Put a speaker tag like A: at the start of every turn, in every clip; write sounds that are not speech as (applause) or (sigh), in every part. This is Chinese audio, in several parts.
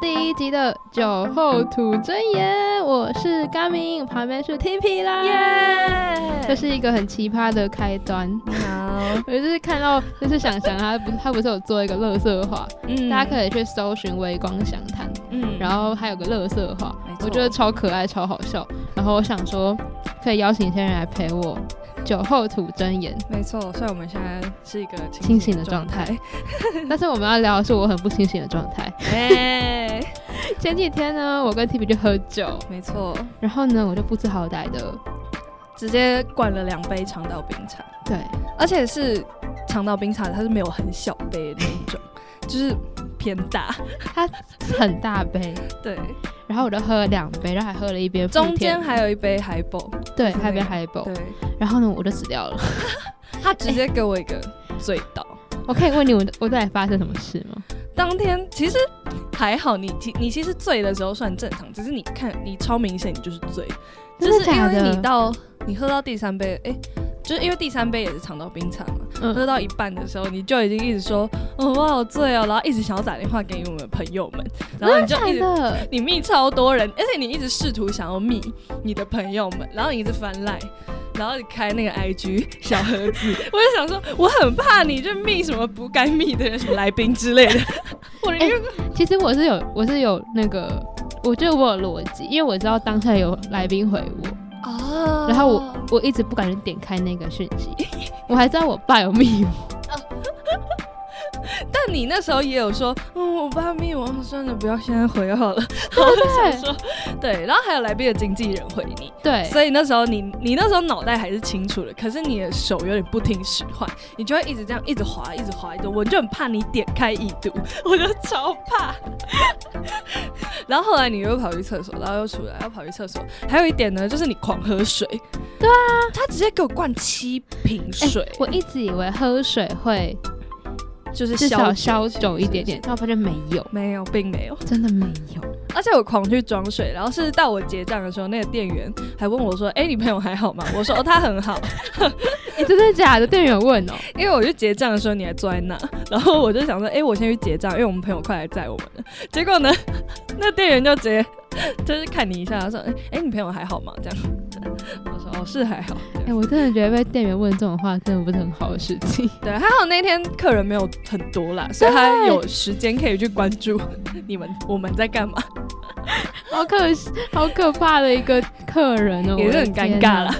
A: 第一集的酒后吐真言，我是甘明，旁边是 TP 啦，这
B: 耶！
A: 是一个很奇葩的开端。
B: 好，
A: 我就是看到，就是想想他不，他不是有做一个乐色话，
B: 嗯
A: 大家可以去搜寻微光详谈，
B: 嗯
A: 然后还有个乐色话
B: 没，错
A: 我觉得超可爱、超好笑。然后我想说，可以邀请一些人来陪我酒后吐真
B: (laughs)
A: 言，
B: 没错，所以我们现在是一个
A: 清醒的状态。但是我们要聊的是我很不清醒的状态。
B: (laughs) 哎，
A: 前几天呢，我跟 T B 去喝酒，
B: 没错，
A: 然后呢，我就不知好歹的，
B: 直接灌了两杯长岛冰茶，
A: 对，
B: 而且是长岛冰茶，它是没有很小杯的那一种，就是偏大。
A: (laughs) 很大杯，
B: 对，
A: 然后我就喝了两杯，然后还喝了一杯
B: 中
A: 福田
B: 间还有一杯海宝，
A: 对，
B: 就是
A: 还有一杯
B: 那个
A: 海宝，
B: 对，
A: 然后呢，我就死掉了。 (laughs)
B: 他直接给我一个醉倒。
A: 我可以问你，我我到底发生什么事吗？
B: 当天其实还好，你其你其实醉的时候算正常，只是你看你超明显，你就是醉，
A: 真
B: 就
A: 的
B: 是因
A: 假的
B: 为你到你喝到第三杯，哎、就是因为第三杯也是尝到冰茶嘛，
A: 嗯
B: 喝到一半的时候你就已经一直说，哦我好醉哦，然后一直想要打电话给我们朋友们， (laughs) 然后你就一
A: 真
B: 直
A: 的，
B: 你密超多人，而且你一直试图想要密你的朋友们，然后你一直翻赖，然后你开那个 IG 小盒
A: (laughs)
B: 子，我就想说，我很怕你就密什么不该密的人，什么来宾之类
A: (laughs)
B: 的。我
A: 哎
B: 因为
A: 其实我是有，我是有那个，我觉得我有逻辑，因为我知道当下有来宾回我，
B: 哦
A: 然后我我一直不敢去点开那个讯息， (laughs) 我还知道我爸有密我，
B: 但你那时候也有说，嗯，我爸密我，算了，不要现在回好了。 (laughs) 我
A: 对
B: 说对，然后还有来宾的经纪人回你，
A: 对
B: 所以那时候你你那时候脑袋还是清楚的，可是你的手有点不听使唤，你就会一直这样一直滑，一直滑，一直滑我就很怕你点开已读， (laughs) 我就超怕。然后后来你又跑去厕所，然后又出来，又跑去厕所。还有一点呢，就是你狂喝水。对啊，他直接给我灌七瓶水，
A: 哎我一直以为喝水会
B: 就是
A: 至
B: 消
A: 少消酒一点点，。但我发现没有，
B: 没有，并没有。
A: 真的没有。
B: 而且我狂去装水，然后是到我结账的时候，那个店员还问我说：“哎、你朋友还好吗？”我说：“哦，他很好。”
A: 你真的假的？店员有问哦、
B: 因为我去结账的时候你还坐在那， (laughs) 然后我就想说，哎、我先去结账，因为我们朋友快来载我们了。 (laughs) 结果呢，那店员就直接 (laughs) 就是看你一下，他说，哎、哎你朋友还好吗？这样， (laughs) 我说哦是还好。这
A: 哎、
B: 样
A: 我真的觉得被店员问这种话，真的不是很好的事情。
B: 对，还好那天客人没有很多啦，所以他有时间可以去关注 (laughs) 你们我们在干嘛，
A: 好可惜，好可怕的一个客人哦，
B: 也是很
A: 我的
B: 尴
A: 天
B: 尬
A: 哪
B: 啦。。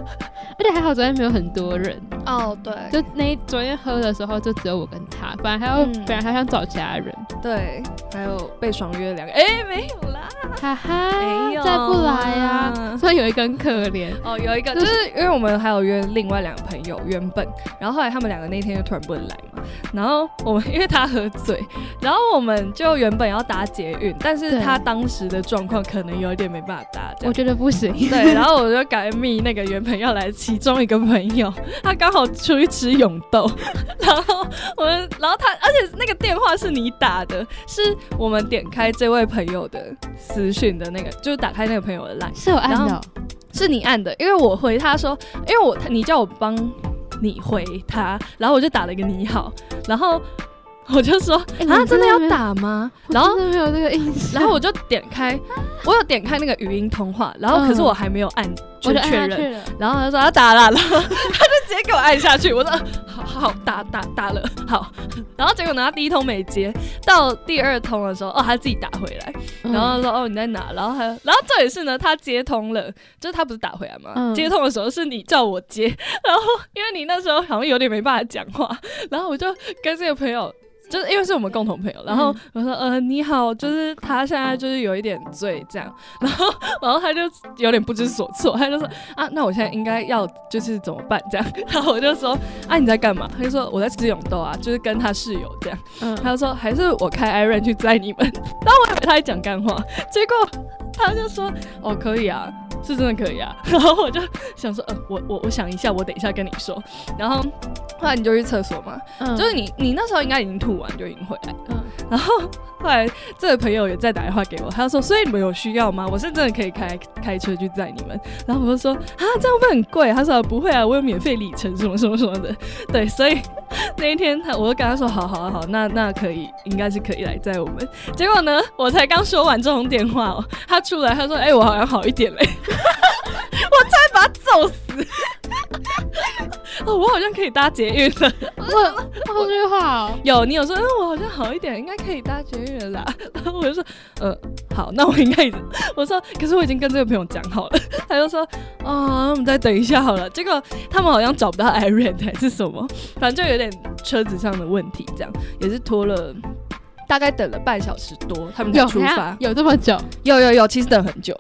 A: 而且还好昨天没有很多人，
B: 哦，对
A: 就那一昨天喝的时候就只有我跟他，本来还要、
B: 嗯
A: 本来还想找其他人，
B: 对，还有被爽约两个，哎、没有啦，
A: 哈哈，
B: 没有
A: 再不来啊，
B: 啦
A: 所以有一个很可怜，
B: 哦，有一个
A: 就
B: 就是是因为我们还有约另外两个朋友，原本，然后后来他们两个那天就突然不能来嘛，然后我们因为他喝醉，然后我们就原本要搭捷运，但是
A: 对
B: 他当时的状况可能有一点没办法搭，这
A: 我
B: 样。
A: 觉得不行，
B: 对，然后我就改密那个原本要来的其中一个朋友，他刚好出去吃永豆， (laughs) 然后我们，然后他，而且那个电话是你打的，是我们点开这位朋友的私讯的那个，就是打开那个朋友的 line。
A: 是有按
B: 然
A: 的
B: 后
A: 哦，
B: 是你按的，因为我回他说，因为我他你叫我帮你回他，然后我就打了一个你好，然后我就说、
A: 哎
B: 啊，
A: 我
B: 真
A: 真的
B: 的要
A: 没有
B: 打吗？
A: 我
B: 然后
A: 真的没有这个印象，
B: 然后我就点开，我有点开那个语音通话，然后可是
A: 嗯
B: 我还没有按
A: 我
B: 去
A: 就按
B: 确
A: 下
B: 认，
A: 去了，
B: 然后他说要打了，然后他就直接给我按下去，我说啊好好打打打了好，然后结果呢他第一通没接，到第二通的时候哦他自己打回来，
A: 嗯
B: 然后说哦你在哪？然后还然后这也是呢，他接通了，就是他不是打回来吗？
A: 嗯
B: 接通的时候是你叫我接，然后因为你那时候好像有点没办法讲话，然后我就跟这个朋友。就是因为是我们共同朋友，然
A: 嗯
B: 后我说，呃，你好，就是他现在就是有一点醉这样，然后然后他就有点不知所措，他就说，啊，那我现在应该要就是怎么办这样，然后我就说，啊，你在干嘛？他就说我在吃永豆啊，就是跟他室友这样。
A: 嗯，
B: 他就说还是我开 Iron 去载你们。然后我以为他在讲干话，结果他就说哦可以啊，是真的可以啊。 (laughs) 然后我就想说，呃，我我我想一下，我等一下跟你说。然后后来你就去厕所嘛，
A: 嗯
B: 就是你你那时候应该已经吐完就已经回来了。
A: 嗯
B: (laughs) 然后后来这个朋友也再打电话给我，他说：“所以你们有需要吗？我是真的可以开开车去载你们。”然后我就说：“啊，这样会不会很贵？”他说啊：“不会啊，我有免费里程什么什么什么的。” (laughs) 对，所以那一天他我就跟他说：“好好好，那那可以，应该是可以来载我们。”结果呢，我才刚说完这通电话哦，他出来他说：“哎、我好像好一点嘞。” (laughs) 我差点把他揍死。 (laughs) 哦，我好像可以搭捷运了。
A: 我好句话哦，
B: 有，你有说，嗯，我好像好一点，应该可以搭捷运了啦。 (laughs) 然后我就说，呃，好，那我应该已经， (laughs) 我说，可是我已经跟这个朋友讲好了， (laughs) 他就说，啊、那我们再等一下好了。结果他们好像找不到 Iron 还是什么，反正就有点车子上的问题，这样也是拖了。大概等了半小时多，他们才
A: 有
B: 出
A: 等一
B: 发
A: 下。有这么久？
B: 有有有，其实等很久。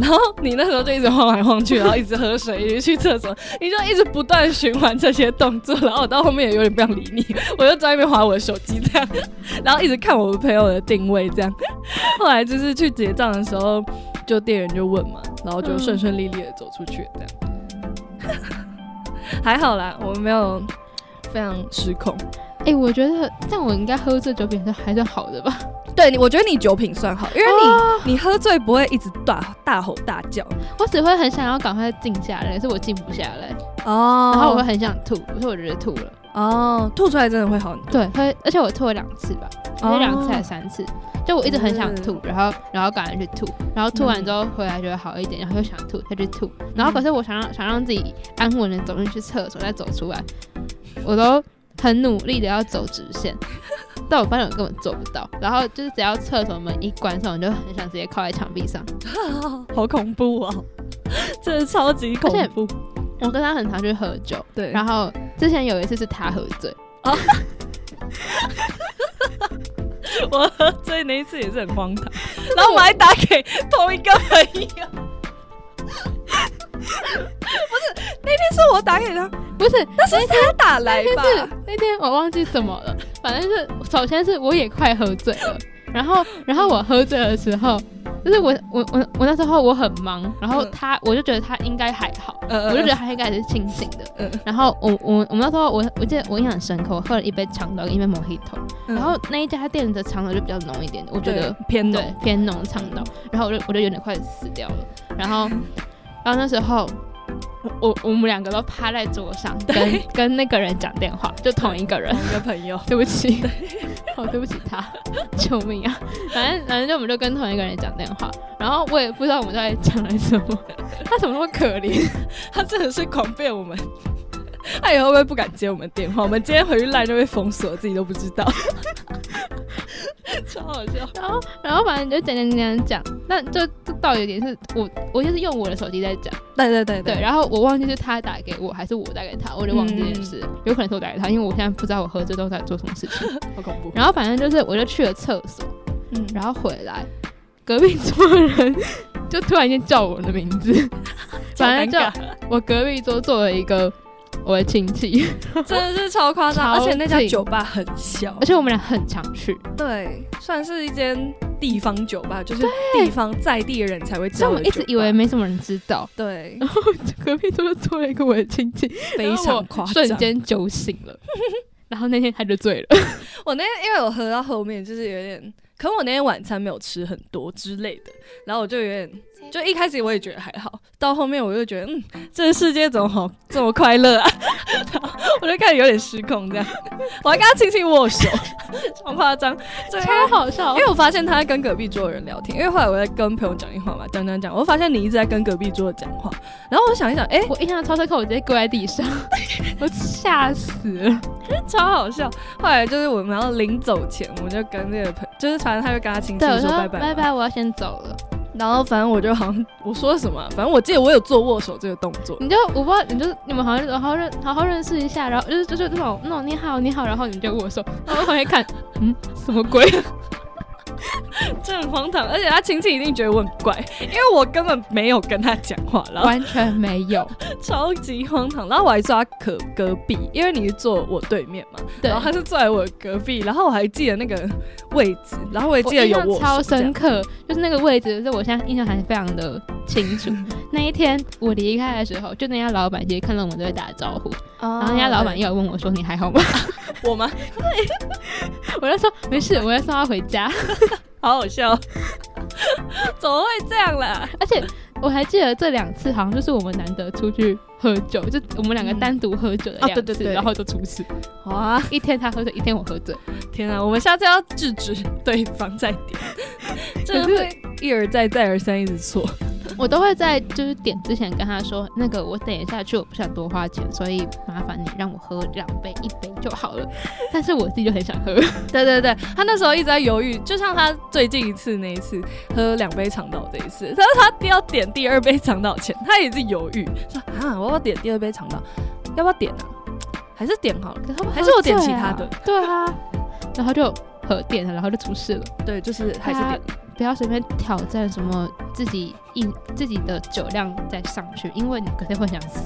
B: 然后你那时候就一直晃来晃去，然后一直喝水，一直去厕所， (laughs) 你就一直不断循环这些动作。然后我到后面也有点不想理你， (laughs) 我就在那边划我的手机这样， (laughs) 然后一直看我朋友的定位这样。 (laughs) 后来就是去结账的时候，就店员就问嘛，然后就顺顺利利的走出去这样。 (laughs) 还好啦，我没有非常失控。
A: 哎、我觉得，但我应该喝这酒品是还算好的吧？
B: 对，你我觉得你酒品算好，因为你、
A: 哦
B: 你喝醉不会一直大大吼大叫。
A: (laughs) 我只会很想要赶快静下来，可是我静不下来，
B: 哦
A: 然后我会很想吐，可是我觉得吐了，
B: 哦，吐出来真的会好很多，
A: 对，会，而且我吐了两次吧，
B: 哦嗯
A: 有两次还是三次，就我一直很想吐，然后然后赶快去吐，然后吐完之后回来觉得好一点，然后又想吐，再去吐，然
B: 嗯
A: 后可是我想让想让自己安稳的走进去厕所再走出来，我都很努力的要走直线。 (laughs) 但我发现我根本做不到，然后就是只要厕所门一关上，我就很想直接靠在墙壁上。
B: 好恐怖哦， (laughs) 真的超级恐怖。
A: 我跟他很常去喝酒，
B: 对，
A: 然后之前有一次是他喝醉，
B: (laughs) 我喝醉那一次也是很荒唐，然后我们还打给同一个朋友， (laughs) 不是那天是我打给他，
A: 不是，
B: 那是他打来嗯吧？
A: 但是那天我忘记怎么了，反正是首先是我也快喝醉了，然后然后我喝醉的时候，就是我我我我那时候我很忙，然后
B: 嗯
A: 他我就觉得他应该还好，
B: 嗯
A: 我就觉得他应该是清醒的。
B: 嗯
A: 然后我我我们那时候我我记得我印象很深刻，我喝了一杯长岛跟一杯 Mojito，
B: 嗯
A: 然后那一家店的长岛就比较浓一点，我觉得
B: 对偏
A: 对
B: 浓，
A: 偏浓肠道，然后我就我就有点快死掉了，然后然后那时候我我我们两个都趴在桌上跟
B: 对
A: 跟那个人讲电话，就同一个人，
B: 同一个朋友， (laughs)
A: 对不起， (laughs) 哦对不起他， (laughs) 救命啊！反正反正就我们就跟同一个人讲电话，然后我也不知道我们到底讲了什么， (laughs) 他怎么那么可怜？ (laughs)
B: 他真的是狂骗我们。 (laughs) 他以后会不会不敢接我们电话？我们今天回去赖就被封锁，自己都不知道， (laughs) 超好笑。
A: 然后然后反正就讲讲讲讲讲，那就就到有点是我我就是用我的手机在讲。
B: 对对对
A: 对，然后我忘记是他打给我还是我打给他，我就忘记这件事，有可能是我打给他，因为我现在不知道我喝醉之后在做什么事情。
B: 好恐怖。
A: 然后反正就是我就去了厕所，
B: 嗯，
A: 然后回来，隔壁桌的人就突然间叫我的名 (laughs) 字，反正
B: 就
A: 我隔壁桌坐了一个我的亲戚，
B: (laughs) 真的是超夸张，
A: 超
B: 而且那家
A: 近
B: 酒吧很小
A: 而，且我们俩很常去，
B: 对，算是一间地方酒吧，就是地方在地的人才会知
A: 所以
B: 道
A: 我
B: 的酒吧。
A: 们一直以为没什么人知道，
B: 对，
A: (laughs) 隔壁桌就坐了一个我的亲戚，
B: 非
A: 然后
B: 常
A: 我
B: 夸张。
A: 瞬，间酒醒了， (laughs) 然后那天他就醉了，
B: 我那天因为我喝到后面就是有点，可能我那天晚餐没有吃很多之类的，然后我就有点。就一开始我也觉得还好，到后面我就觉得，嗯，这个世界怎么好这么快乐啊？ (laughs) 然后我就开始有点失控，这样，我还跟他轻轻握手， (laughs) 超夸张，这个
A: 超好笑
B: 因。为我发现他在跟隔壁桌的人聊天，因为后来我在跟朋友讲电话嘛，讲讲讲，我发现你一直在跟隔壁桌的讲话，然后我想一想，哎、
A: 我印象超深刻，我直接跪在地
B: (laughs)
A: 上，我吓死了。
B: 超好笑。后来就是我们要临走前，我就跟那个朋，就是反正他就跟他轻
A: 对，
B: 轻
A: 我
B: 说
A: 说
B: 拜
A: 拜
B: 拜嘛，
A: 拜，我要先走了。
B: 然后反正我就好像我说什么啊、反正我记得我有做握手这个动作，
A: 你就我不知道，你就你们好像好好认好好认识一下，然后就是就是那种那种
B: (laughs)
A: 你好你好，然后你就握手，然后我旁边看，嗯，什么鬼？
B: 这很荒唐，而且他亲戚一定觉得我很怪，因为我根本没有跟他讲话，然后
A: 完全没有。
B: 超级荒唐，然后我还坐他隔隔壁，因为你是坐我对面嘛，
A: 对
B: 然后他是坐在我隔壁，然后我还记得那个位置，然后 (laughs) 我也记得有
A: 我印
B: 我
A: 象超
B: 这样
A: 深刻，就是那个位置，就是我现在印象还非常的清楚。
B: 嗯
A: 那一天我离开的时候，就那家老板其实看到我们都会打招呼，然后那家
B: 哦
A: 老板也有问我说：“你还好吗 (laughs)
B: 我吗？？”
A: 我就说：“没事，我要送他回家。
B: 好好笑，哦 (laughs) 怎么会这样啦？”
A: 而且我还记得这两次好像就是我们难得出去喝酒，就我们两个
B: 嗯
A: 单独喝酒的
B: 啊
A: 两次，
B: 对对对
A: 然后就出事。
B: 哇，
A: (laughs) 一天他喝醉，一天我喝醉，
B: 天啊，我们下次要制止对方再
A: (laughs)
B: 点，真的
A: 可是
B: 会一而再再而三一直错。
A: 我都会在就是点之前跟他说：“那个我等一下去，我不想多花钱，所以麻烦你让我喝两杯，一杯就好 (laughs) 了。”但是我自己就很想喝。
B: 对对对，他那时候一直在犹豫，就像他最近一次那一次喝两杯长岛这一次，但是他要点第二杯长岛前，他也是犹豫，说啊，我要不要点第二杯长岛，要不要点啊？还是点好了。
A: 可是
B: 还是我点其他的？
A: 对啊，然后就和点了，然后就出事了。
B: 对，就是还是
A: 他
B: 点。
A: 不要随便挑战什么自己硬自己的酒量再上去，因为你肯定会想死。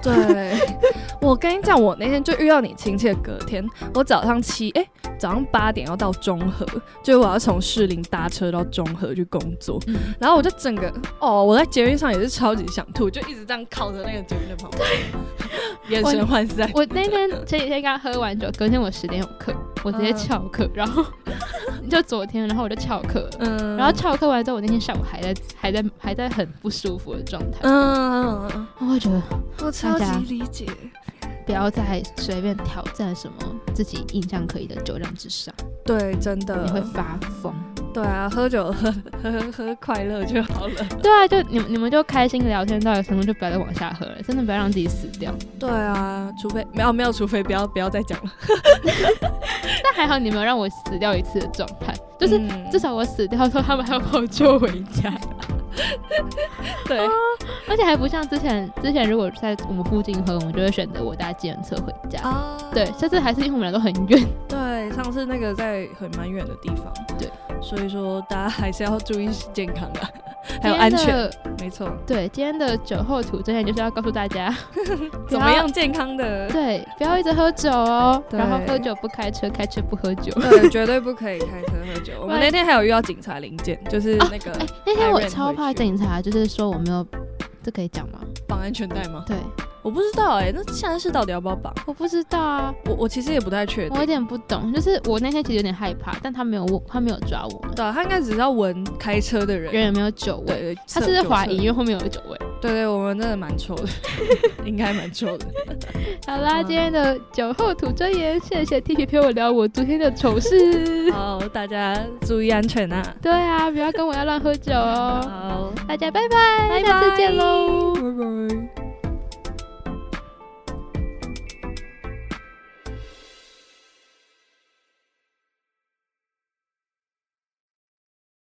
B: 对， (laughs) 我跟你讲，我那天就遇到你亲戚的隔天，我早上七哎、早上八点要到中和，就是我要从士林搭车到中和去工作，
A: 嗯，
B: 然后我就整个哦，我在捷运上也是超级想吐，就一直这样靠着那个捷运的旁边，眼神涣散。
A: (laughs) 我那天前几天刚喝完酒，隔天我十点有课，我直接
B: 嗯
A: 翘课，然后 (laughs) 就昨天，然后我就翘课了。
B: (laughs) 嗯
A: 然后翘课完之后，我那天下午还在还在还在很不舒服的状态，
B: 嗯，嗯嗯
A: 我会觉得
B: 我超级理解。
A: 不要再随便挑战什么自己印象可以的酒量之上，
B: 对，真
A: 你会
B: 的，
A: 发疯。
B: 对啊，喝酒喝喝喝快乐就好了。
A: 对啊，就你们你们就开心聊天到有程度，就不要再往下喝了，真的不要让自己死掉。
B: 对啊，除非没有没有，除非不要不要再讲了。
A: 但还好你没有让我死掉一次的状态，就是、
B: 嗯
A: 至少我死掉之后，他们还要把我救回家， (laughs)
B: 对，
A: 而且还不像之前之前如果在我们附近喝，我们就会选择我搭计程车回家。
B: 啊
A: 对，这次还是因为我们俩都很远，
B: 对，上次那个在很蛮远的地方，
A: 对，
B: 所以说大家还是要注意健康
A: (laughs)
B: 啊， (laughs) 还有安
A: 今天
B: 全，
A: 的。
B: 没错。
A: 对，今天的酒后吐真的就是要告诉大
B: (laughs)
A: 家，
B: 怎么样健康的？
A: 对，不要一直喝酒哦，
B: 对
A: 然后喝酒不开车，开车不喝酒。
B: 对，呃绝对不可以开车
A: (laughs)
B: 喝酒。
A: 不
B: 我们
A: 然
B: 那天还有遇到警察临检，就是
A: 啊
B: 那个
A: (laughs) 哎、那天我
B: Iron
A: 超怕
B: 回去
A: 警察，就是说我没有，这可以讲吗？
B: 绑安全带吗？
A: 对，
B: 我不知道哎、那现在是到底要不要绑？
A: 我不知道啊，
B: 我我其实也不太确定
A: 我有。点不懂，就是我那天其实有点害怕，但他没有我，他没有抓我们，
B: 对啊，他应该只是要闻开车的人。
A: 人也没有酒味，
B: 对，
A: 他
B: 测
A: 是
B: 酒
A: 怀
B: 测
A: 疑，因为后面有酒味。
B: 对对，我们真的蛮臭
A: (laughs)
B: 的，应该蛮臭的。
A: 好啦，
B: 嗯
A: 今天的酒后吐真言，谢谢 T P 陪我聊我昨天的丑
B: (laughs)
A: 事。
B: 好，大家注意安全啊！
A: 对啊，不要跟我要乱喝酒哦。
B: 好，
A: 大家拜拜，下次见喽。
B: 拜拜。